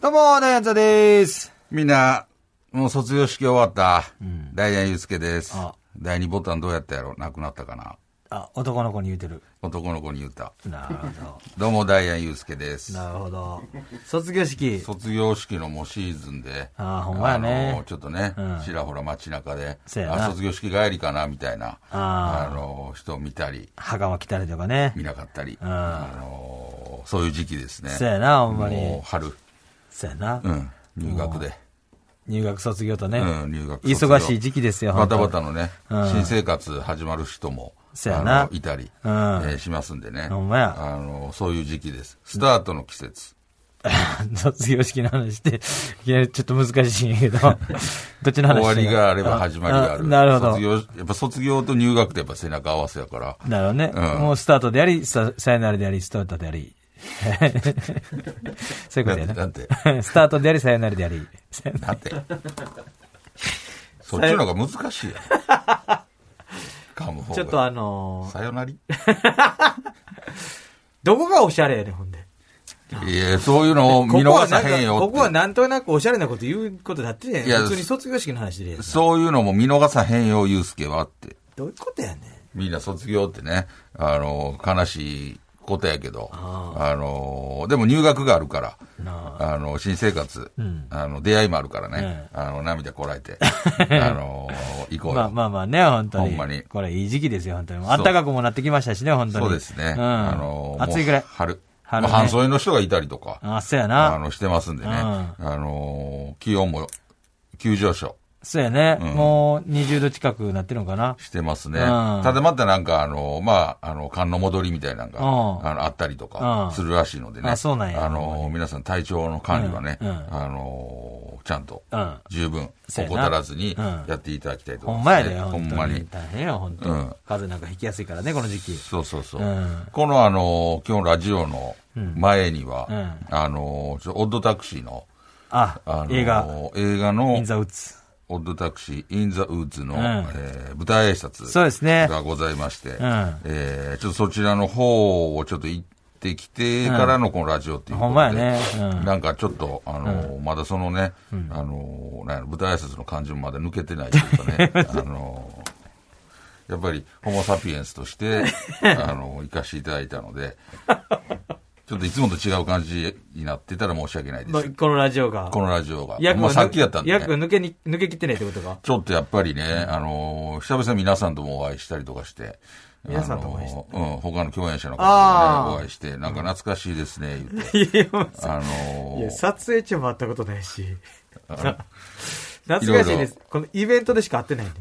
どうも、ダイアンザです。みんな、もう卒業式終わった。ダイアンユースケですあ。第二ボタンどうやったやろなくなったかなあ、男の子に言うてる。男の子に言った。なるほどうも、ダイアンユースケですど。。なるほど。卒業式。卒業式のもうシーズンで、あーほんまやねあのちょっとね、うんちらほら街中で、せやなあ卒業式帰りかなみたいな、あーの人を見たり、袴着たりとかね。見なかったり、んあのそういう時期ですね。せやな、ほんまもにう。春、せやなう。ん、入学で。入学卒業とね。うん入学卒業忙しい時期ですよ、バ本タ当バタのね、うん新生活始まる人も、そやなあのいたり、うんえーしますんでね。ほんまやあの、そういう時期です。スタートの季節。卒業式の話して、いきなりちょっと難しいん やけど。どっちの話終わりがあれば始まりがある。なるほど卒。業、やっぱ卒業と入学ってやっぱ背中合わせやから。なるほどね。うんもうスタートであり、ささよならであり、スタートであり。 そういうことやななんて。 スタートであり、さよならであり。なんて。 そっちの方が難しいやん。噛む方が。ちょっとあのーさよなりどこがおしゃれやねん、ほんで。いや、そういうのを見逃さへんよって。ここはなんとなくおしゃれなこと言うことだってね。いや普通に卒業式の話で。そういうのも見逃さへんよ、ゆうすけはって。どういうことやねん。みんな卒業ってね、あの、悲しいことやけど、あの、でも入学があるから、あの、新生活、あの、出会いもあるからね、あの、涙こらえて、 あの、行こうよ。まあまあまあね、本当に。ほんまにこれいい時期ですよ、本当に。暖かくもなってきましたしね、本当に。そうですね。うん。あの、暑いぐらいもう。春。春ねまあ半袖の人がいたりとか、あ、そうやあな。の、してますんでね、うんあの、気温も急上昇そうやね。もう20度近くなってるのかな。してますね。うんただまたなんか、あの、まあ、あの、寒の戻りみたいなのが、うんあの、あったりとうかん、するらしいのでね。あそうなんやあの、皆さん体調の管理はね、うんうんあの、ちゃんとうん、十分、そうやな怠らずにうん、やっていただきたいとほ思いんま、ますやね。で、本当に。ほんまに。大変よ、本当、うん風邪なんか引きやすいからね、この時期。そうそうそう。うんこのあの、今日のラジオの前には、うあの、ちょオッドタクシーの、あ、あの、映画、映画イのン、ザウッズ。オッドタクシー、インザウッズの、うんえー舞台挨拶。そうですねがございまして、んえーちょっとそちらの方をちょっと行ってきてからのこのラジオっていうことで、ほんまやねうんなんかちょっと、あのーまだそのね、あのーなんやろ舞台挨拶の感じもまだ抜けてないというかね、 あのーやっぱりホモ・サピエンスと して、あのー行かせていただいたので、ちょっといつもと違う感じになってたら申し訳ないでのす。このラジオが。このラジオが。役まあがさっきやったんで、ね。役が抜けに、抜けきってないってことか。 ちょっとやっぱりね、あのー久々に皆さんともお会いしたりとかして、皆さんともお会いしてあのーうん、他の共演者の方とあーもねお会いして、なんか懐かしいですね、言って。いやもうあのいや、ー撮影中も会ったことないし。ない懐ろいろかしいです。このイベントでしか会ってないんで。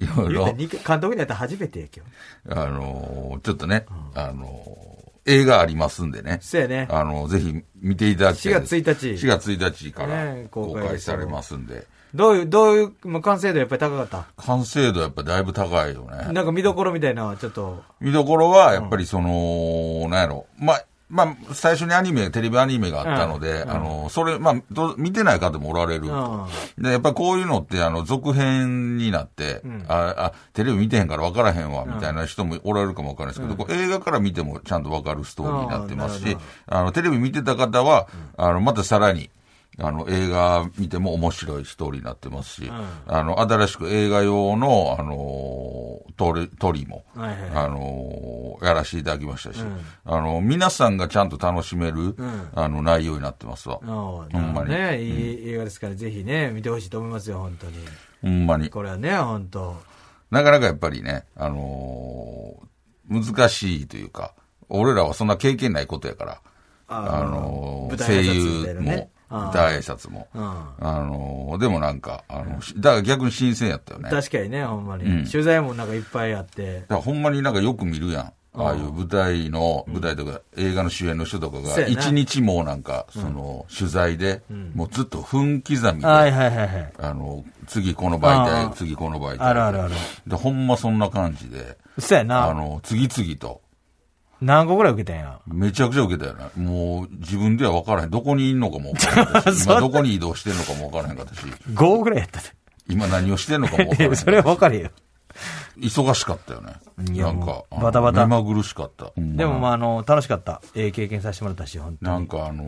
いろい言うたらろ、二回監督に会ったら初めてやけど。あのーちょっとね、あのー映画ありますんでね。そうやね。あのーぜひ見ていただきたいです。 4月1日4月1日からね公公開開されますんで。どういう、どういう、もう完成度やっぱり高かっ完成度やっぱだいぶ高いよね。た。なんか見どころみたいなのはちょっと、見どころは、やっぱりその、なんやろ。まあ、まあ、最初にアニメ、テレビアニメがあったので、あの、それ、まあど、見てない方もおられる。で、やっぱこういうのって、あの、続編になって、あ、あ、テレビ見てへんから分からへんわ、みたいな人もおられるかもわからないですけど、こう映画から見てもちゃんと分かるストーリーになってますあーなしるほ、あの、テレビ見てた方は、あの、またさらに、あの、映画見ても面白いストーリーになってますし、んあの、新しく映画用の、あのー、トリトリも、はいはいあのーやらせていただきましたし、あの、皆さんがちゃんと楽しめる、あの、内容になってますわ。おうほんまにね、いい映画ですから、ぜひね、見てほしいと思いますよ、本当に。ほんまに。これはね、本当。なかなかやっぱりね、あのー難しいというか、俺らはそんな経験ないことやから、ああーのー舞台声挨拶みたい優なねも、あー舞台挨拶も、うんあのーでもなんか、あの、しだから逆に新鮮やったよね。だか確かにね、ほんまに。うん取材もなんかいっぱいあって。らほんまになんかよく見るやん。ああいう舞台の、舞台とか映画の主演の人とかそうやが、な一日もなんか、その、取材で、もうずっと分刻みで、はいはいはいはい。あの、次この媒あ体ー、次この媒体。あるあるあるで、ほんまそんな感じで、そうあやな。の、次々と、何個ぐらい受けたんや。めちゃくちゃ受けたよね。もう、自分では分からへん。どこにいんのかも分からへんかったし、 そ今んなどこに移動してんのかも分からへんかったし、 5ぐらいやったで。今何をしてんのかも分からへんかった それは分かるよ。忙しかったよね。いやなんかも、うバタバタあの目まぐるしかった。でもまあ、あの、楽しかった。ええ経験させてもらったし、本当なんかあの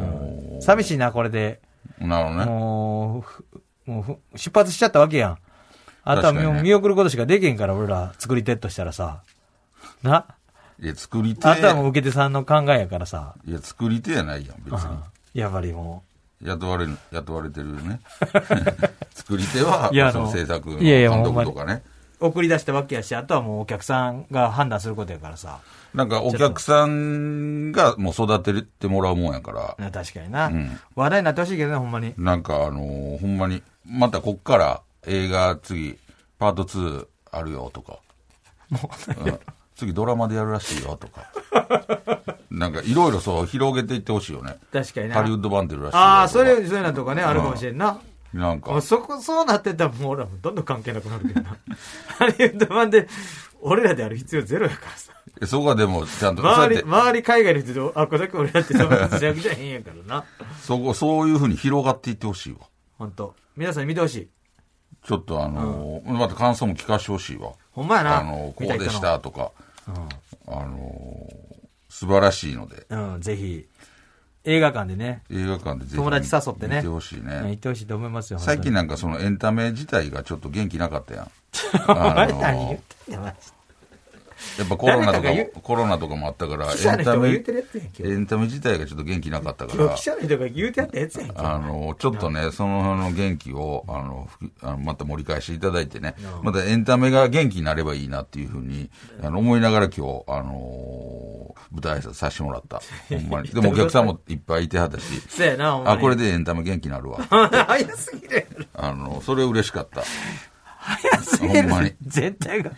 ー寂しいな、これで。なるほどね。もうふ、もうふ、出発しちゃったわけやん。あとは確かにもねう見送ることしかできへんから、俺ら、作り手としたらさ。な、いや、作り手。あとはもう受け手さんの考えやからさ。いや、作り手やないやん、別に。やっぱりも雇われる、雇われてるよね。 作り手は、いやあのその制作のいやいや監督とかね。う、送り出したわけやし、あとはもうお客さんが判断することやからさ。なんかお客さんがもう育ててもらうもんやから、な確かにな。話題になってほしいけどね、ほんまに。なんかあのーほんまに、またこっから映画次、パート2あるよとか、うん次ドラマでやるらしいよとか、なんかいろいろそう広げていってほしいよね。確かにな。ハリウッド版出るらしいよとか。ああ、それ、そういうのとかね、あるかもしれんな。なんもかう、そこ、そうなってったらもう俺らもどんどん関係なくなるけどな。 ハリウッド版で、俺らである必要ゼロやからさ。えそこはでもちゃんと、そうやっ周り、て、周り海外の人と、あ、これだけ俺だって、そんなむちゃくちゃ変やからな。 そこ、そういうふうに広がっていってほしいわ。本当皆さんに見てほしい。ちょっとあのーまた感想も聞かしてほしいわ。ほんまやな。あのー見こいう人でのした。とか、あのー素晴らしいので、うん、ぜひ。映画館でね、映画館でぜひ友達誘ってね。見てほしいうん行っね。てほしいと思いますよ。最近な。なんかそのエンタメ自体がちょっと元気なかったやん。ああれのー 何言ってんねん、マジでやっぱコロナと誰かが言うか、コロナとかもあったから、記者エのンタ人がメ、言うてるやつやん、今エンタメ自体がちょっと元気なかったか日。今日ら記、者の人が言うてやったやつやん、今日。あの、ちょっとね、その辺の元気を、あの、ふきあのまた盛り返していただいてね、またエンタメが元気になればいいなっていうふうに、あの、思いながら今日、あのー舞台挨拶させてもら った。ほんまに。でもお客さんもいっぱいいてはったし、そうやな、ほんまあ、にこれ。でエンタメ元気になるわ。 早す ぎる。あの、それ嬉しかった。 早すぎるほんまに。全体が、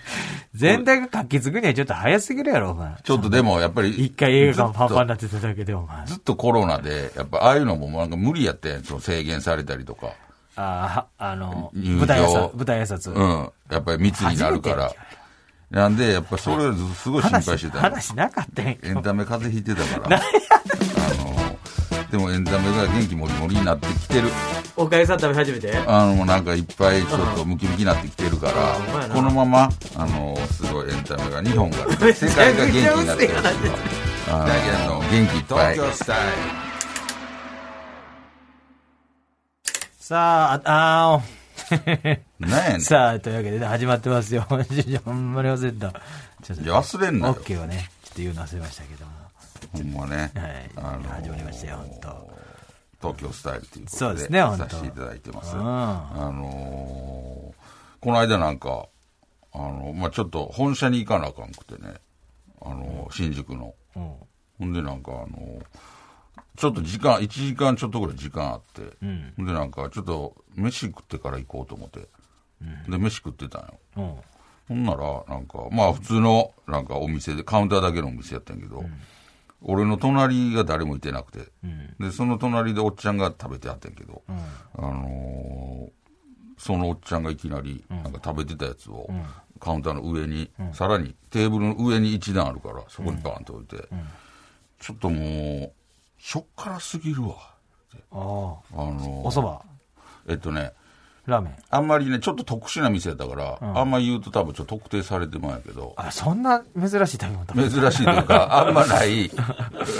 全体が活気づくにはちょっと早すぎるやろ、お前。ちょっとでもやっぱり、一回映画館パンずパンにっなってただけで、お前。とずっとコロナで、やっぱああいうのもなんか無理やってんその制限されたりとか。ああ、あの、入場舞台挨拶、舞台挨拶。うん。やっぱり密になるから初めてや。なんで、やっぱそれをずすごい心配してたの。話なかったんやエンタメ風邪ひいてた から。あの、でもエンタメが元気もりもりになってきてる。おかゆさん食べ始めてあの、なんかいっぱいちょっとムキムキになってきてるかうんほんまやら、なこのまま、あの、すごいエンタメが、日本がね、世界が元気になってほしいわあの、元気いっぱい。さあ、ああなんやねーん。さあ、というわけでね、始まってますよ。 ほんまに忘れてた。ちょっと、いや忘れんなよ OK はね、ちょっと言うの忘れましたけども。ほんまね。はいあの始まりましたよ本当東京スタイルということで。そうですね本当させていただいてます。うんあのーこの間なんか、あの、まあ、ちょっと本社に行かなあかんくてね。あのー新宿の。うん。ほんでなんかあのーちょっと時間、1時間ちょっとぐらい時間あって、ほんでなんかちょっと飯食ってから行こうと思って、で飯食ってたんよ。うん。ほんなら、なんか、まあ普通の、なんかお店で、カウンターだけのお店やったんやけど、俺の隣が誰もいてなくて、で、その隣でおっちゃんが食べてはったんやけど、あのーそのおっちゃんがいきなり、なんか食べてたやつを、カウンターの上に、さらにテーブルの上に一段あるから、そこにバーンと置いて、ちょっともう、しょっからすぎるわ。ああ。あのおー蕎麦、えっとね、ラーメン。あんまりね、ちょっと特殊な店やったから、あんま言うと多分ちょっと特定されてまうやけど、あ、そんな珍しい食べ物食べ珍しいというか、あんまない、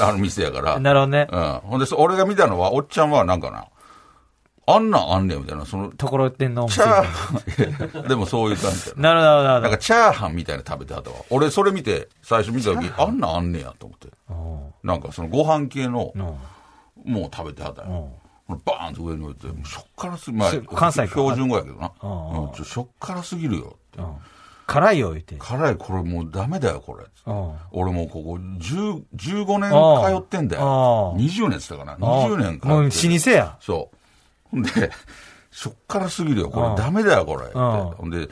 あの、店やから。なるほどねうん。ほんで、そ俺が見たのは、おっちゃんはなんかな、あんなんあんねんみたいな、その、ところてんのおチ店みたャーいな。ハン、で もそういう感じやななるほど、なるなほんかチャーハンみたいなの食べてはったわ。俺それ見て、最初見た時、あんなんあんねやと思って。どなんかそのご飯系のう、ん。うんもう食べてはったんうんや。バーンと上に置いて、もうしょっからすぎ、まあ、関西か標準語やけどな。うんうんうんうん、ちょしょっからすぎるよって。うん辛いよ、言うて。辛い、これもうダメだよ、これ。うん俺もうここ10 15年ああ通ってんだあよ。あ20年っつったかな。あ20年通ってるもう老舗や。そう。ほんで、しょっからすぎるよ、こうんれ、ダメだよ、これ。ってうんほんで、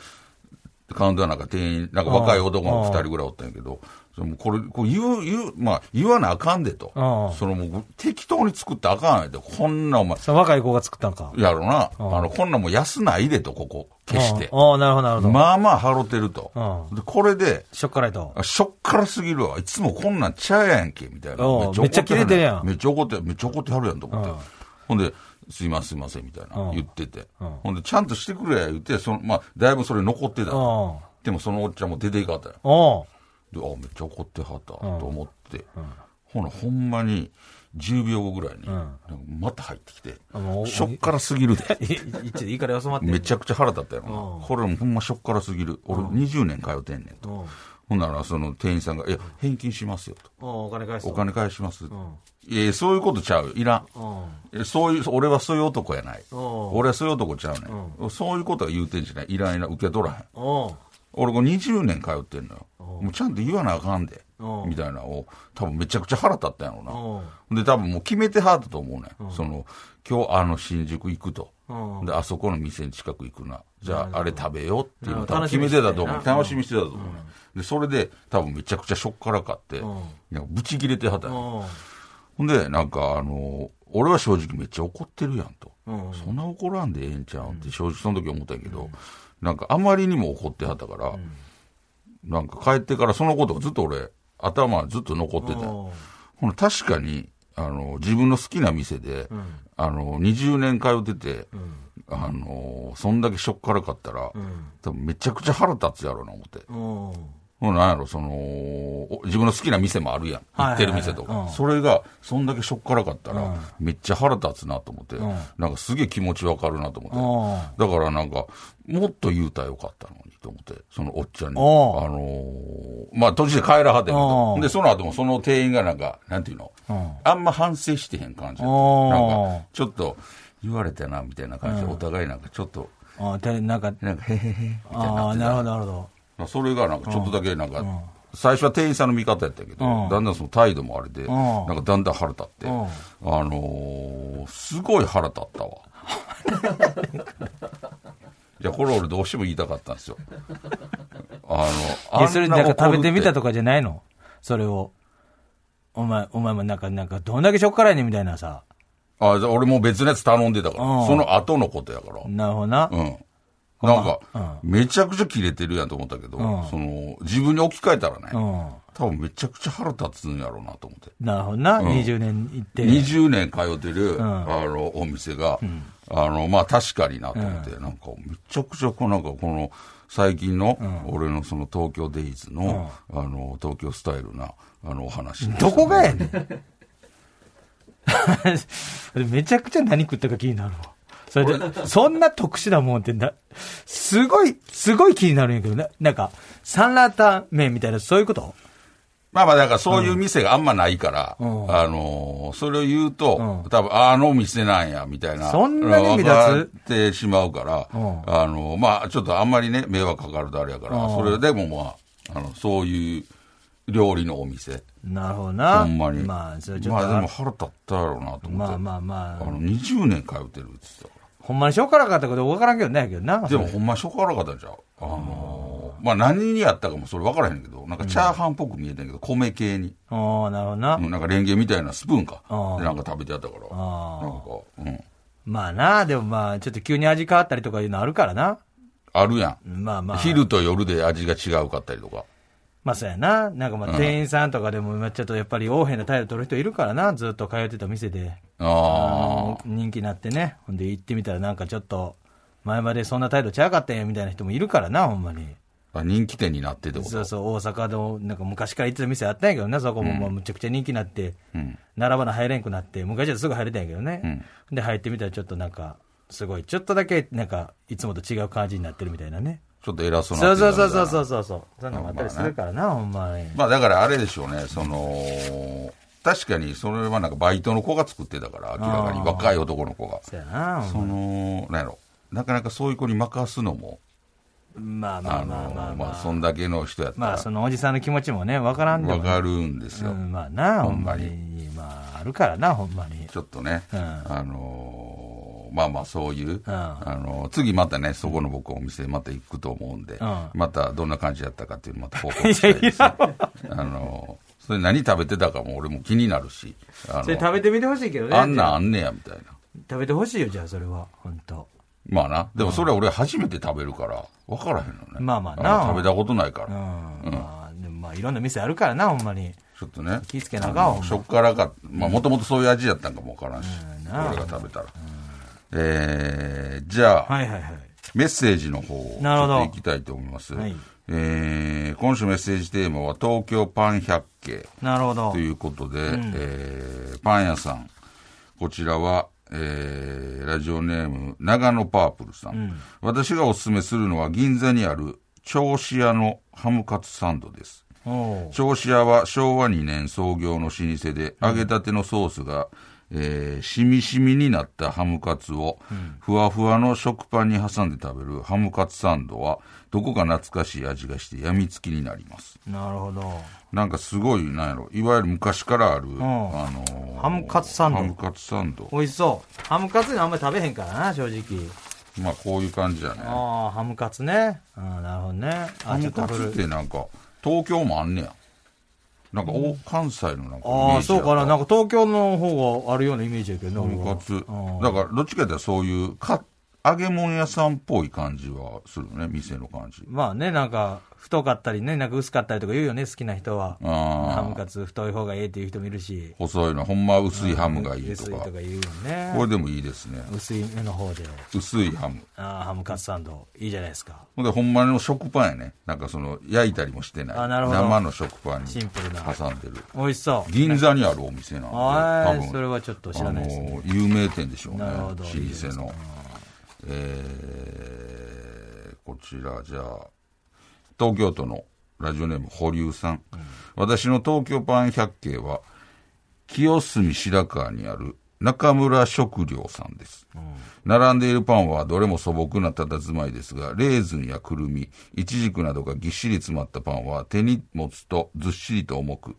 カウンターなんか店員、なんか若い男の二人ぐらいおったんやけど、そのもうこれ、こう言う、言う、まあ、言わなあかんでとうん。そのもう、適当に作ってあかんやで、こんなお前、その若い子が作ったんか。やろな、うんあの、こんなんもう安ないでと、ここ、決して。ああ、なるほど、なるほど。まあまあ、払ってるとう。で、これで、しょっからいと。あしょっからすぎるわ。いつもこんなんちゃうやんけ、みたいな。おう怒ってはめっちゃキレてるやんめっちゃ怒って、めっちゃ怒ってはるやんと思ってうん。ほんで、すいません、すいません、みたいなう。ん言ってて。うんほんで、ちゃんとしてくれや、言って、その、まあ、だいぶそれ残ってたう。ん。でも、そのおっちゃんも出ていかはったよ。おうで、あ、めっちゃ怒ってはった、と思って。ほな、ほんまに、10秒後ぐらいに、なんかまた入ってきてあもう、しょっからすぎるで。いいちいいから休まって。めちゃくちゃ腹立ったよなうんこれもほんましょっからすぎる。俺20年通ってんねんと。うん。ほんなら、その店員さんが、いや、返金しますよと。お金返すと。お金返します。んいやそういうことちゃうよ。いらん。うん。えそういう、俺はそういう男やない。おう俺はそういう男ちゃうねん。そういうことは言うてんじゃない。いらんいらん。受け取らへん。おう俺これ20年通ってんのよ。もうちゃんと言わなあかんでお。うみたいなのを、多分めちゃくちゃ腹立ったんやろうおうな。で、多分もう決めてはったと思うね、ん。その、今日あの新宿行くと。うんで、あそこの店に近く行くな。じゃあ、あれ食べようっていうのをなるほ多ど分決めてたと思う。楽楽しみにしてたと思うね。で、それで、多分めちゃくちゃショックからかって、なんかブチ切れてはったんやおうほんで、なんか、あの、俺は正直めっちゃ怒ってるやんと。うんそんな怒らんでええんちゃうんって正直その時思ったんやけど、なんかあまりにも怒ってはったから、なんか帰ってからそのことがずっと俺、頭ずっと残ってたよ。おうほな確かに、あの、自分の好きな店で、あの、20年通ってて、あの、そんだけショックからかったら、多分めちゃくちゃ腹立つやろうな思って。おうほらなんやろ、その、お自分の好きな店もあるやん。はい行ってる店とはいはいかう。んそれが、そんだけしょっからかったら、めっちゃ腹立つなと思って、なんかすげえ気持ちわかるなと思って。だからなんか、もっと言うたらよかったのにと思って、そのおっちゃんに。あおうのーまあ、途中で帰らはってんけおどうで、その後もその店員がなんか、なんていうのあんま反省してへん感じだったおうなんか、ちょっと、言われたな、みたいな感じで、お互いなんかちょっと、あでなんか、なんか、へへへ、みたいにあなっあ、てたなるほど、なるほど。まあそれがなんかちょっとだけなんか、最初は店員さんの味方やったけど、うんだんだんその態度もあれで、んなんかだんだん腹立って、うんあのーすごい腹立 ったわ。いや、これ俺どうしても言いたかったんですよ。あの、いや、それあなんか食べてみた怒るとかじゃないのそれを。お前、お前もなんか、なんか、どんだけしょっからいねんみたいなさ。って。あ、じゃあ俺もう別のやつ頼んでたから、うんその後のことやから。なるほどな。うん。なんか、めちゃくちゃキレてるやんと思ったけど、うんその、自分に置き換えたらね、うん。多分めちゃくちゃ腹立つんやろうなと思って。なるほどな。ん20年行って。 20年通ってる、んあのお店が、あのまあ、確かになと思って、なんかめちゃくちゃこうなんかこの最近の、俺のその東京デイズの,、あの東京スタイルなあのお話どこがやねん。 めちゃくちゃ何食ったか気になるわ。それで、そんな特殊なもんってな、すごい、すごい気になるんやけどね。なんか、サンラータン麺みたいな、そういうことまあまあだからそういう店があんまないから、んあのそれを言うと、うん多分あの店なんやみたいなそんなに目立つわかってしまうから、うんあのまあちょっとあんまりね迷惑かかるとあれやから、うんそれでもまああのそういう料理のお店なるほどな。ほんまに。まあ、それちょっと。まあでも腹立ったやろうなと思って。まあまあまああの、20年通ってるって言ってたかほんまにしょうからかったこと分からんけどないけどな。ら。でもほんましょっからかったんちゃうあのーまあ何にやったかもそれ分からへんけど、なんかチャーハンっぽく見えてんけど、米系に。おーなるほどな。うんなんかレンゲみたいなスプーンか。あーでなんか食べてやったから。あーなんか、うん。まあな、でもまあ、ちょっと急に味変わったりとかいうのあるからな。あるやん。まあまあ。昼と夜で味が違うかったりとか。まあそうやな。なんかまあ店員さんとかでも、まあちょっとやっぱり横柄な態度取る人いるからな。ずっと通ってた店で。ああ。人気になってね。ほんで行ってみたらなんかちょっと、前までそんな態度ちゃうかったんやみたいな人もいるからな、ほんまに。あ人気店になってってこそうと。そう、大阪の、なんか昔から行ってた店あったんやけどね、そこももうむちゃくちゃ人気になって、並ばな入れんくなって、昔はすぐ入れたんやけどね。で、入ってみたらちょっとなんか、すごい、ちょっとだけ、なんか、いつもと違う感じになってるみたいなね。ちょっと偉そうな。。そうそうそうそうそううそう。そんなのもあったりするからな、ほんまに。まあだからあれでしょうね、その、確かにそれはなんかバイトの子が作ってたから、明らかにあー若い男の子が。そうやな、ほそんまの、なんやろ、なかなかそういう子に任すのも、まあまああの、まあままああ、まあ。そんだけの人やったまあ、らそ、のおじさんの気持ちもね、わからんでわも。かるんですうよ。ん、まあな、ほほんんままにに。まあ、あるからな、ほんまに。ちょっとね、うんあのーまあまあそういう、んあのー次またね、そこの僕お店また行くと思うんで、んまたどんな感じだったかっていうのまた報告したい です、ね。あのーそれ何食べてたかも俺も気になるし、あのそれ食べてみてほしいけどね。あんなんあんねやみたいな。食べてほしいよ、じゃあ、それは。本当。まあな、でもそれは俺初めて食べるから、分からへんのね。まあまあなの食べたことないから。うん。まあ、でもまあ、いろんな店あるからな、ほんまに。ちょっとね。気ぃつけなあかんわあのしょっからか、まあもともとそういう味やったんかもわからんし、うんなあ俺が食べたら。えー、じゃあ、はいはいはい。メッセージの方をちなるょほっどといきたいと思います。はいえー今週メッセージテーマは東京パン百景なるほどと。いうことで、えーパン屋さん、こちらは、えーラジオネーム長野パープルさん,、私がおすすめするのは銀座にある銚子屋のハムカツサンドです。おう銚子屋は昭和2年創業の老舗で、揚げたてのソースが、えーしみしみになったハムカツを、ふわふわの食パンに挟んで食べるハムカツサンドは、どこか懐かしい味がして病みつきになります。なるほど。なんかすごい、なんやろ、いわゆる昔からある、あのーハムカツサンドハムカツサンド。美味しそう。ハムカツあんまり食べへんからな、正直。まあ、こういう感じやね。ああ、ハムカツね。うん、なるほどね。ハあ、ちょムっとカツっ古い。てなんか、東京もあんねや。なんか、お関西のなんかイメージやった、ああ、そうかな。なんか東京の方があるようなイメージやけどハね、ムカツ。だうんから、どっちかというとそういうか、揚げ物屋さんっぽい感じはするね、店の感じ。まあね、なんか、太かったりね、なんか薄かったりとか言うよね、好きな人は。あーハムカツ太い方がええっていう人もいるし。細いの、ほんまは薄いハムがいいと薄いかとか。言うよこれね。でもいいですね。薄い目の方で。薄いハム。ああ、ハムカツサンド。いいじゃないですか。ほんで、ほんまの食パンやね。なんかその、焼いたりもしてない。あなるほど生の食パンにシンプルな挟んでる。美味しそう。銀座にあるお店なんで、は多い、分。それはちょっと知らないですね。あの有名店でしょうねなる老ほ舗どのいいですねえーこちらじゃあ東京都のラジオネーム保留さん、私の東京パン百景は清澄白河にある中村食料さんです、並んでいるパンはどれも素朴な佇まいですがレーズンやくるみいちじくなどがぎっしり詰まったパンは手に持つとずっしりと重く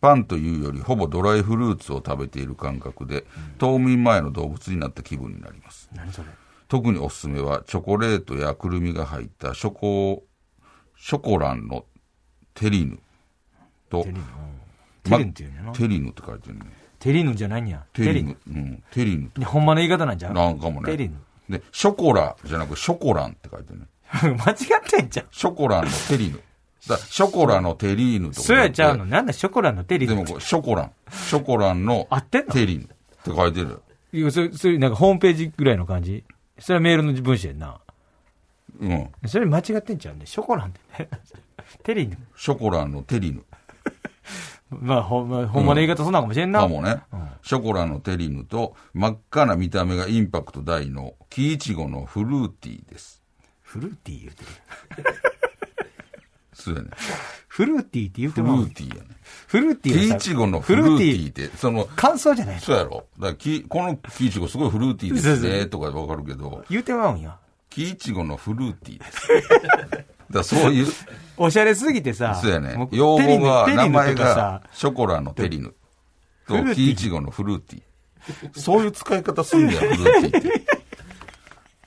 パンというよりほぼドライフルーツを食べている感覚で冬眠前の動物になった気分になります何それ特におすすめはチョコレートやくるみが入ったショコショコランのテリーヌとテリーヌ。うんテリまーヌっていうんやな。テリーヌって書いてるねテリーヌじゃないんや。テリーヌうんテリーヌヌ。ほんまの言い方なんじゃんなんかもねテリーヌ。でショコラじゃなくショコランって書いてるね 間違ってんじゃん。ショコランのテリーヌだからショコラのテリーヌとかそ言やってちゃうの。なんだ、ショコラのテリーでヌ。もこれショコランショコランの合ってんのテリーヌって書いてるいや、それ、それ、なんかホームページぐらいの感じそれはメールの文章やんな。うんそれ間違ってんちゃうんで、ショコランってね。テリーヌ。ショコラのテリーヌまあ、ほんま、ほんまの言い方そんなんかもしれんな。かもね、ショコラのテリーヌと真っ赤な見た目がインパクト大の木いちごのフルーティーです。フルーティー言うてる。そうやね。フルーティーって言うフてルもー。ティーやね。フルーティー木はさいちごのフルーティーっフルーティー。て、その、感想じゃないのそうやろ。だから木、この木いちごすごいフルーティーですね、とかわかるけど、言うてまうんや。木いちごのフルーティーです。 だからそういう、おしゃれすぎてさ。そうやねもう。用語が、テリーヌ名前テリーヌとかさが、ショコラのテリーヌフとルーティー木いちごのフルーティー。そういう使い方すんねや、フルーティーって。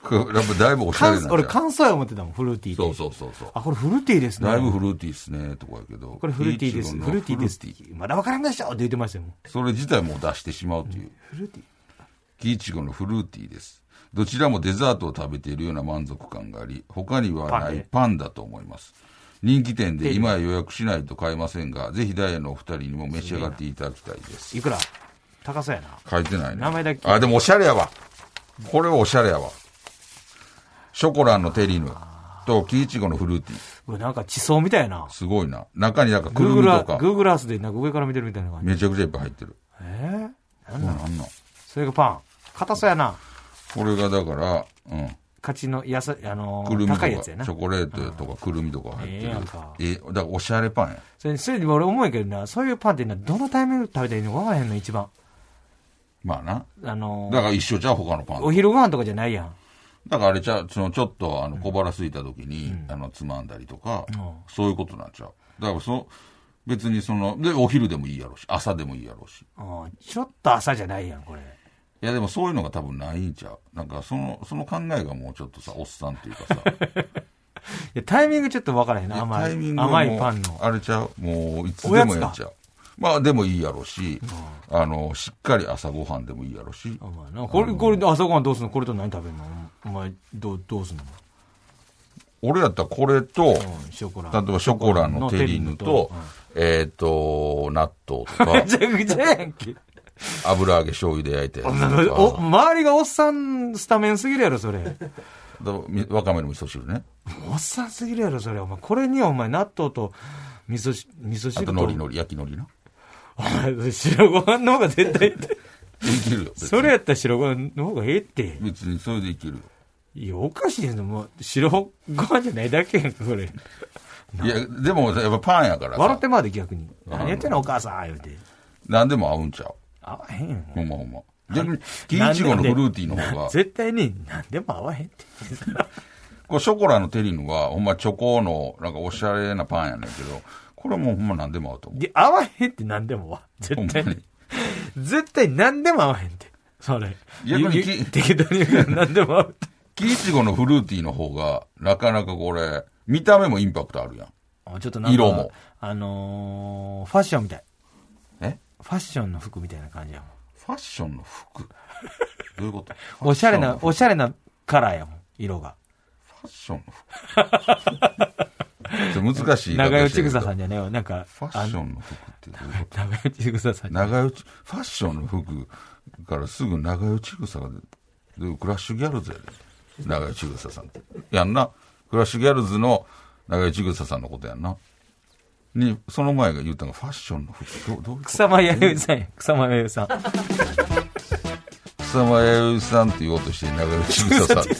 これやっぱだいぶおしゃれ感なんちゃう俺感想や思ってたもん、フルーティーってそうそうそうそう。あ、これフルーティーですね。だいぶフルーティーですね、とかやけど。これフルーティーでいす。ちごフのルーティーですフルーティ。まだわからんでしょって言ってましたよ。ーそれ自体もう出してしまうという。フルーティーキイチゴのフルーティーです。どちらもデザートを食べているような満足感があり、他にはパンなねいパンだと思います。人気店で今は予約しないと買えませんが、ぜひダイヤのお二人にも召し上がっていただきたいです。いくら高そうやな。書いてないね。名前だけあ、でもおしゃれやわ。これはおしゃれやわ。ショコランのテリーヌとキイチゴのフルーティー。うわなんか地層みたいな。すごいな。中になんかくるみ Google とアか、 Google Earth でなんか上から見てるみたいな感じ。めちゃくちゃいっぱい入ってる。えーなんなんそれがパン。硬そうやな。これがだから、うん。勝ちのやさ、あのーくるみと高か、いチやつやな。ョコレートとか、くるみとか入ってええるやんか。え、だからおしゃれパンや。それそれで俺思うけどな、そういうパンってな、どのタイミングで食べたらいいのか分からへんの、一番。まあな。あのーだから一緒じゃう他のパンとお。昼ご飯とかじゃないやん。だからあれちゃう、そのちょっとあの小腹空いた時に、あのつまんだりとか、そういうことになっちゃう。だからそ別にその、で、お昼でもいいやろうし、朝でもいいやろうし。うんちょっと朝じゃないやん、これ。いやでもそういうのが多分ないんちゃう。なんかその、その考えがもうちょっとさ、おっさんっていう かさ、いやタイミングちょっと分からへんな、甘タイいミン。グはもう甘いパンの。あれちゃうもういつでもやっちゃう。まあでもいいやろうし、あの、しっかり朝ごはんでもいいやろうし、お前なこれ、これ、朝ごはんどうすんのこれと何食べるのお前、どう、どうすんの俺やったらこれと、うんショコラ。例えばショコラのテリーヌと、えっ、と、納豆とか め、ちゃくちゃやんけ。油揚げ醤油で焼いたやつとお、か周りがおっさんスタメンすぎるやろ、それ。あとみわかめの味噌汁ね。おっさんすぎるやろ、それ。お前、これにお前、納豆と、味噌汁、味噌あ汁とと。海苔のり、焼き海苔な。お前、 白ご飯の方が絶対、いけるよ。別にそれやったら白ご飯の方がええって。別にそれでいけるよ。いや、おかしいやん。もう、白ご飯じゃないだけやんか、それ。いや、でもやっぱパンやから笑っさて、まうで逆に。何やってんの、お母さん、言うて。何でも合うんちゃう。合わへんよ。ほんまほんま。逆に、金イチゴのフルーティーの方が、絶対に何でも合わへんって。これショコラのテリーヌは、ほんまチョコの、なんかおしゃれなパンやねんけど、これもうほんま何でも合うと思う。で、合わへんって何でもわ。絶ほんま対にに。。絶対何でも合わへんって。それ。逆にゆゆ適当に言うから何でも合うって。金イチゴのフルーティーの方が、なかなかこれ、見た目もインパ クトあるやん。あちょっとなんか、色もあのー、ファッションみたい。えファッションの服みたいな感じやもファッションの服どういうことん。 おしゃれな、ファおしゃれなカラーやもん。色が。ッションの服ちょ難しい言い方してるけど。長与千草さんじゃないわ。なんか、ファッションの服ってどういうこあの 長与千草さと。ん長与ち、ファッションの服からすぐ長与千草が出て、でクラッシュギャルズやで。長与千草さんって。やんな。クラッシュギャルズの長与千草さんのことやんな。に、その前が言ったのがファッションの服。どどういうこと草間弥生さんや。草間弥生さん。草間彌生さんって言おうとして長与千草さんって。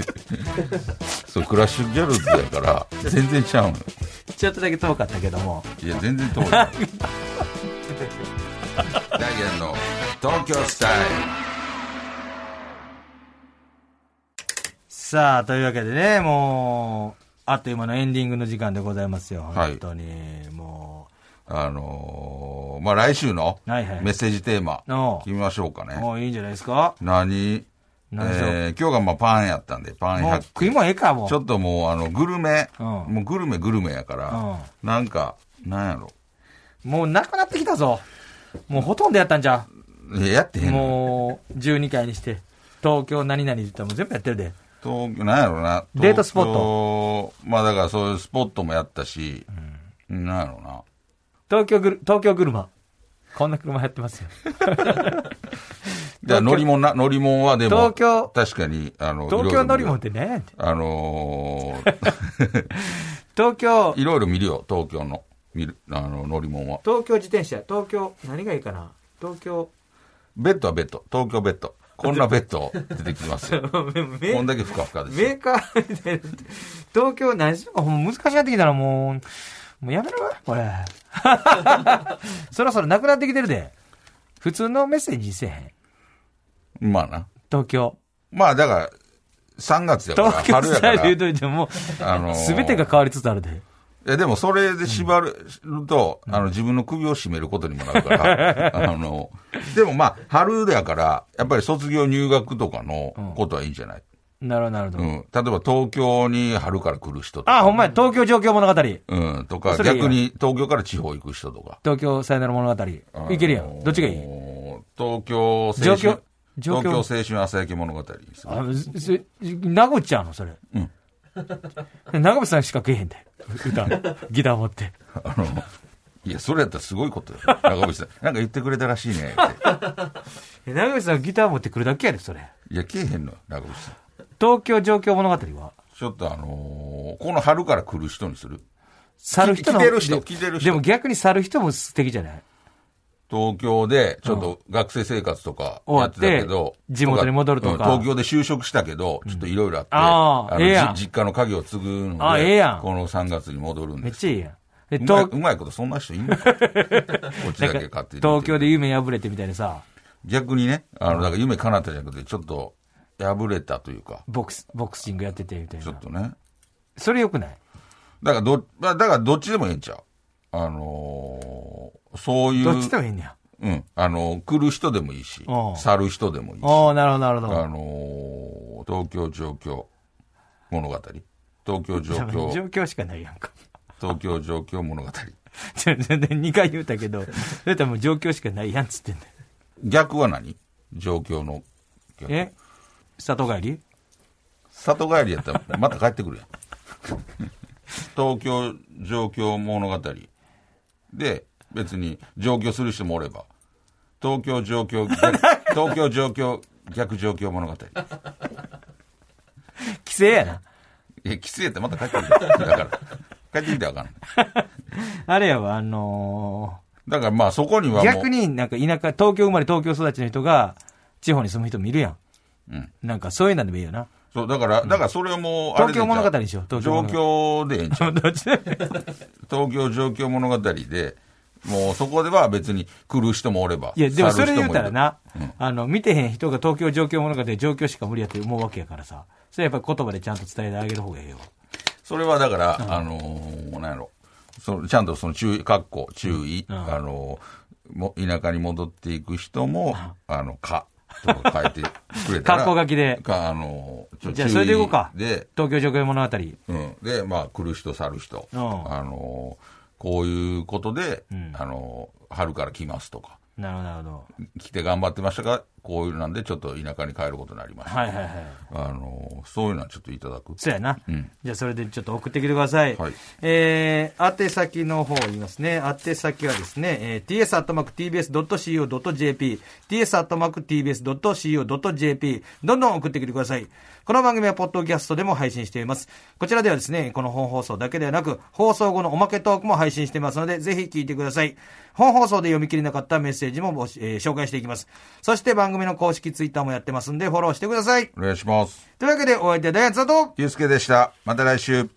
そう、クラッシュギャルズやから、全然 ちゃうのよ。ちょっとだけ遠かったけども。いや、全然遠い。ダイアンの東京スタイさあ、というわけでね、もう、あっという間のエンディングの時間でございますよ。はい本当に、もル。あのー、まあ、来週のメはいはいッセージテーマ、おう決めましょうかう、ね。もういいんじゃないですか何何でしょうえー今日がまあパンやったんで、パンもう100食いもんええか、もう。ちょっともう、あの、グルメ、うんもうグルメグルメやから、なんか、なんやろ。もうなくなってきたぞ。もうほとんどやったんじゃいややってへう。んのもう、12回にして。東京何々って言ったらもう全部やってるで。東京、なんやろな。デートスポット。まあだからそういうスポットもやったし、なんやろな。東京グル、東京車。こんな車やってますよ。じゃあ乗り物な、乗り物はでも、東京確かに、あの、東京乗り物っいてねろいろ見るよあのー 東京、いろいろ見るよ、東京の、見る、あの、乗り物は。東京自転車、東京、何がいいかな東京、 ベッドはベッド、東京ベッド。こんなベッド出てきます よ。めこんだけふかふかですよ。メーカーみたいな。東京何しようか、ほんま難しくなってきたらもう、もうやめろこれ。 そろそろなくなってきてるで。普通のメッセージせえへん。まあな。東京。まあだから、3月やから、東京春やスかタイルら。言ういといても、あのーすべてが変わりつつあるで。やでもそれで縛ると、あの、自分の首を絞めることにもなるから、 あの、でもまあ、春やから、やっぱり卒業入学とかのことはいいんじゃない、なるほど、なるほうど。ん、例えば東京に春から来る人とか。あ、ほんまや、東京状況物語。東うん、とか、それいいやん逆に東京から地方行く人とか。京さよなら物語。いけるやあのん。ーどっちがいい東京青春。状況状況東京青春朝焼け物語にするあ、すす名古ちゃんの、それ。うん 名古さんしか食えへんで。歌、ギター持って。あの、いや、それやったらすごいことよ。中渕さん。なんか言ってくれたらしいね。って え長渕さんギター持ってくるだけやで、それ。いや、来えへんのよ、中渕さん。東京状況物語はちょっとあのーこの春から来る人にする。去る人の。来てる人で来てる人でも逆に去る人も素敵じゃない東京で、ちょっと学生生活とかうんやってたけ終わどっ、て地元に戻るとかうん東京で就職したけど、ちょっといろいろあって、あーのええやんじ実家の家業を継ぐので、あええやんこの3月に戻るんめっです。ちゃいいやうん。でまい東うまいことそんな人いんの かこっちだけ勝手に。東京で夢破れてみたいなさ、逆にね、あの、だから夢叶ったじゃなくて、ちょっと破れたというか、ボクスボクシングやっててみたいちょっな。とね。それよくないだからど、まあだからどっちでもええんちゃう。あのーそういう。どっちでもいいんだよ。うん。あの、来る人でもいいしうん、去る人でもいいし、おあー、なるほど、なるほど。のー東京状況物語。東京 状状況、況しかないやんか。 東京状況物語。ちょちょ2回言うたけど、それともう状況しかないやんっつってん だよ。逆は何状況の逆。え里帰り里帰りやったらまた帰ってくるやん。 東京状況物語。で、別に上京する人もおれば、東京状 況、逆東京状況、逆状況物語。帰省やな。え、きついやったらまた帰ってくるやん。だから、帰ってきてわかんない。あれやわ、あのだからまあそこにはもー、う。逆になんか田舎、東京生まれ東京育ちの人が、地方に住む人もいるやん。うん。なんかそういうのでもいい よな。そう、だから、だからそれはもう、あれで東京物語でしょ東京状物語況でええんちゃうどっちでもいい東京状況物語で、もうそこでは別に来る人もおれば。いや、でも去そる人れ言うもいるたらな、あの、見てへん人が東京状況物語で状況しか無理やって思うわけやからさ。それやっぱり言葉でちゃんと伝えてあげる方がええよ。それはだから、あのー、なんやろ。そのちゃんとその注意、かっこ、注意、あのーも、田舎に戻っていく人も、あの、か、とか変えてくれた ら。格好書きでか、あのー、ちょじゃあそれでいこうか。注意で、東京状況物語。うん、で、まあ、来る人、去る人、うんあのこういうことで、んあの春から来ますとか、なるほど、なるほど。来て頑張ってましたが、こういうなんで、ちょっと田舎に帰ることになりました、はいはいはい。あのそういうのはちょっといただく。そうやな。うんじゃあ、それでちょっと送ってきてください。はいえー、宛先の方言いますね。宛先はですね、えー、ts.tbs.co.jp、ts.tbs.co.jp、どんどん送ってきてください。この番組は、ポッドキャストでも配信しています。こちらではですね、この本放送だけではなく、放送後のおまけトークも配信していますので、ぜひ聞いてください。本放送で読み切れなかったメッセージも募集、えー紹介していきます。そして、番組の公式ツイッターもやってますんで、フォローしてください。お願いします。というわけで、お相手はダイアンツだと、ゆうすけでした。また来週。